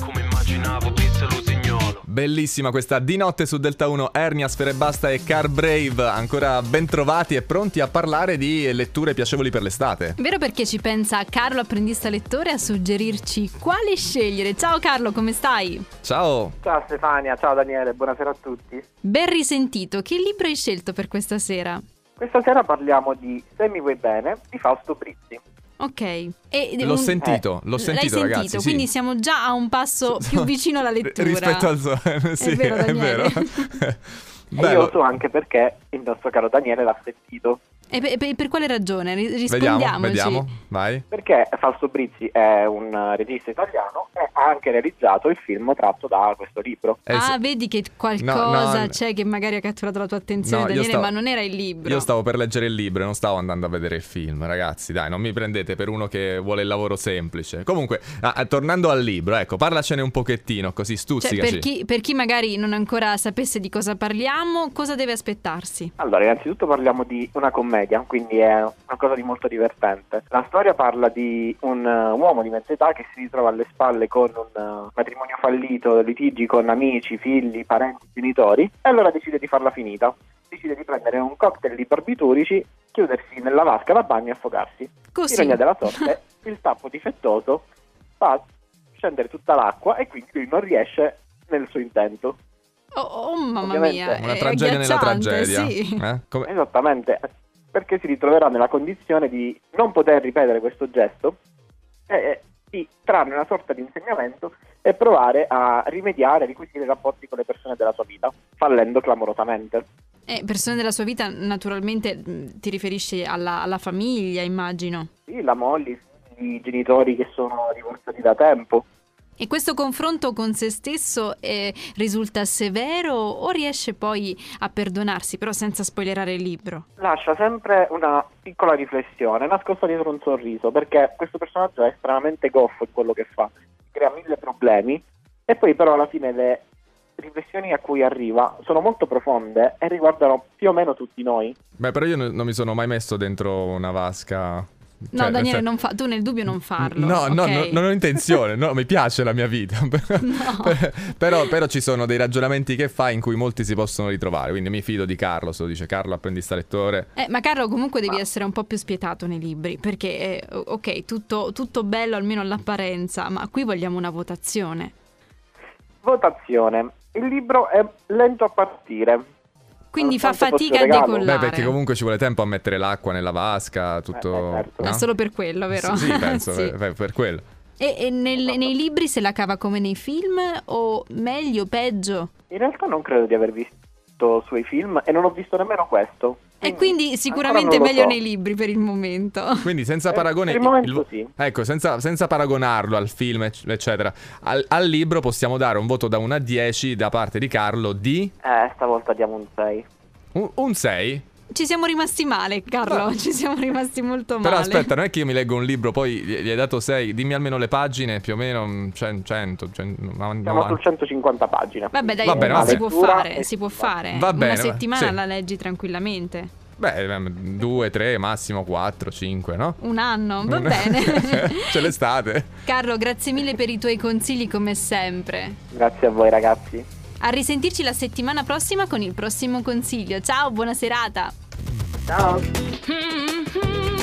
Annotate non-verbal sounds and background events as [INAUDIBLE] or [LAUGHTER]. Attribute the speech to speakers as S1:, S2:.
S1: come immaginavo, disse l'usignolo.
S2: Bellissima questa di notte su Delta 1, Ernia, Sfere Basta e Car Brave, ancora ben trovati e pronti a parlare di letture piacevoli per l'estate.
S3: Vero perché ci pensa Carlo apprendista lettore a suggerirci quali scegliere. Ciao Carlo, come stai?
S2: Ciao!
S4: Ciao Stefania, ciao Daniele, buonasera a tutti.
S3: Ben risentito, che libro hai scelto per questa sera?
S4: Questa sera parliamo di Se mi vuoi bene di Fausto Brizzi.
S3: Ok. E-
S2: L'ho
S3: un- eh,
S2: sentito, l'ho sentito
S3: L'hai sentito,
S2: ragazzi. sì.
S3: quindi siamo già a un passo più vicino
S2: [LAUGHS]
S3: alla lettura.
S2: Rispetto al sonno, [LAUGHS] sì,
S3: vero,
S2: è
S3: Daniele.
S2: vero.
S4: E io
S2: [LAUGHS] Bello.
S4: so anche perché il nostro caro Daniele l'ha sentito.
S3: E per, per- per quale ragione? Ri-
S2: Vediamo,
S3: Rispondiamoci.
S2: vediamo, vai.
S4: Perché Fausto Brizzi è un eh, regista italiano e ha anche realizzato il film tratto da questo libro.
S2: Eh,
S3: ah,
S2: sì.
S3: vedi che qualcosa
S2: No, no,
S3: c'è che magari ha catturato la tua attenzione,
S2: No, io
S3: Daniele,
S2: stavo-
S3: ma non era il libro.
S2: Io stavo per leggere il libro, non stavo andando a vedere il film, ragazzi. Dai, non mi prendete per uno che vuole il lavoro semplice. Comunque, ah, ah, tornando al libro, ecco, parlacene un pochettino, così
S3: Cioè,
S2: stuzzicaci.
S3: per chi, per chi magari non ancora sapesse di cosa parliamo, cosa deve aspettarsi?
S4: Allora, innanzitutto parliamo di una commedia, quindi è una cosa di molto divertente. La storia parla di un eh, uomo di mezza età che si ritrova alle spalle con un eh, matrimonio fallito, litigi con amici, figli, parenti, genitori, e allora decide di farla finita. Decide di prendere un cocktail di barbiturici, chiudersi nella vasca da bagno e affogarsi.
S3: Così.
S4: Ironia della sorte, il tappo difettoso fa scendere tutta l'acqua e quindi lui non riesce nel suo intento.
S3: Oh, oh, mamma
S4: Ovviamente.
S3: mia.
S2: Una
S3: è
S2: tragedia nella
S3: agghiacciante,
S2: tragedia.
S3: Sì.
S2: Eh? Come-
S4: Esattamente, perché si ritroverà nella condizione di non poter ripetere questo gesto e di trarne una sorta di insegnamento e provare a rimediare, a ricucire i rapporti con le persone della sua vita, fallendo clamorosamente.
S3: Eh, persone della sua vita, naturalmente, mh, ti riferisci alla, alla famiglia, immagino.
S4: Sì, la moglie, i genitori che sono divorziati da tempo.
S3: E questo confronto con se stesso eh, risulta severo o riesce poi a perdonarsi, però senza spoilerare il libro?
S4: Lascia sempre una piccola riflessione nascosta dietro un sorriso, perché questo personaggio è estremamente goffo in quello che fa, crea mille problemi e poi però alla fine le riflessioni a cui arriva sono molto profonde e riguardano più o meno tutti noi.
S2: Beh, però io non non mi sono mai messo dentro una vasca.
S3: No,
S2: Cioè,
S3: Daniele,
S2: cioè-
S3: non fa- tu nel dubbio non farlo.
S2: No, no,
S3: ok?
S2: no, non ho intenzione, no, mi piace la mia
S3: [LAUGHS]
S2: vita. Per- [LAUGHS] però, però ci sono dei ragionamenti che fa in cui molti si possono ritrovare, quindi mi fido di Carlo, se lo dice Carlo, apprendista lettore.
S3: Eh, ma Carlo comunque devi
S4: Ma-
S3: essere un po' più spietato nei libri, perché eh, ok, tutto, tutto bello almeno all'apparenza, ma qui vogliamo una votazione.
S4: Votazione. Il libro è lento a partire.
S3: Quindi fa
S4: Nonostante
S3: fatica
S4: Ah, fosse
S3: a
S4: un regalo.
S3: decollare.
S2: Beh, perché comunque ci vuole tempo a mettere l'acqua nella vasca, tutto...
S4: Eh, certo.
S2: no?
S3: Ah, solo per quello, vero?
S2: Sì,
S4: [LAUGHS]
S2: sì, penso,
S3: [LAUGHS]
S2: eh,
S3: Sì.
S2: per, per quello.
S3: E, e nel-
S4: Esatto.
S3: nei libri se la cava come nei film o meglio, peggio?
S4: In realtà non credo di aver visto suoi film e non ho visto nemmeno questo.
S3: E quindi sicuramente
S4: Eh, ancora non lo
S3: meglio
S4: so.
S3: nei libri per il momento. [LAUGHS]
S2: Quindi senza
S4: Eh,
S2: paragone...
S4: per il momento
S2: il-
S4: sì.
S2: Ecco, senza, senza paragonarlo al film, ecc- eccetera, al, al libro possiamo dare un voto da 1 a 10 da parte di Carlo di
S4: Eh, stavolta diamo un 6.
S2: un- un 6.
S3: Ci siamo rimasti male, Carlo, ci siamo rimasti molto male.
S2: Però aspetta, non è che io mi leggo un libro, poi gli gli hai dato 6, dimmi almeno le pagine, più o meno mm, cen- 100, cen-
S4: Siamo
S2: 90.
S4: sul 150 pagine.
S3: eh. Vabbè, dai,
S2: Va bene,
S3: ma
S2: va
S3: si
S2: bene.
S3: può
S4: Lettura
S3: fare,
S4: e-
S3: si può fare.
S2: Va bene,
S3: Una
S2: va-
S3: settimana
S2: sì.
S3: la leggi tranquillamente.
S2: Beh, 2, 3, massimo 4, 5, no?
S3: Un anno,
S2: [LAUGHS]
S3: va
S2: Mm.
S3: bene.
S2: C'è l'estate.
S3: Carlo, grazie mille per i tuoi consigli come sempre.
S4: Grazie a voi ragazzi.
S3: A risentirci la settimana prossima con il prossimo consiglio. Ciao, buona serata.
S4: Ciao.
S3: Mm-hmm.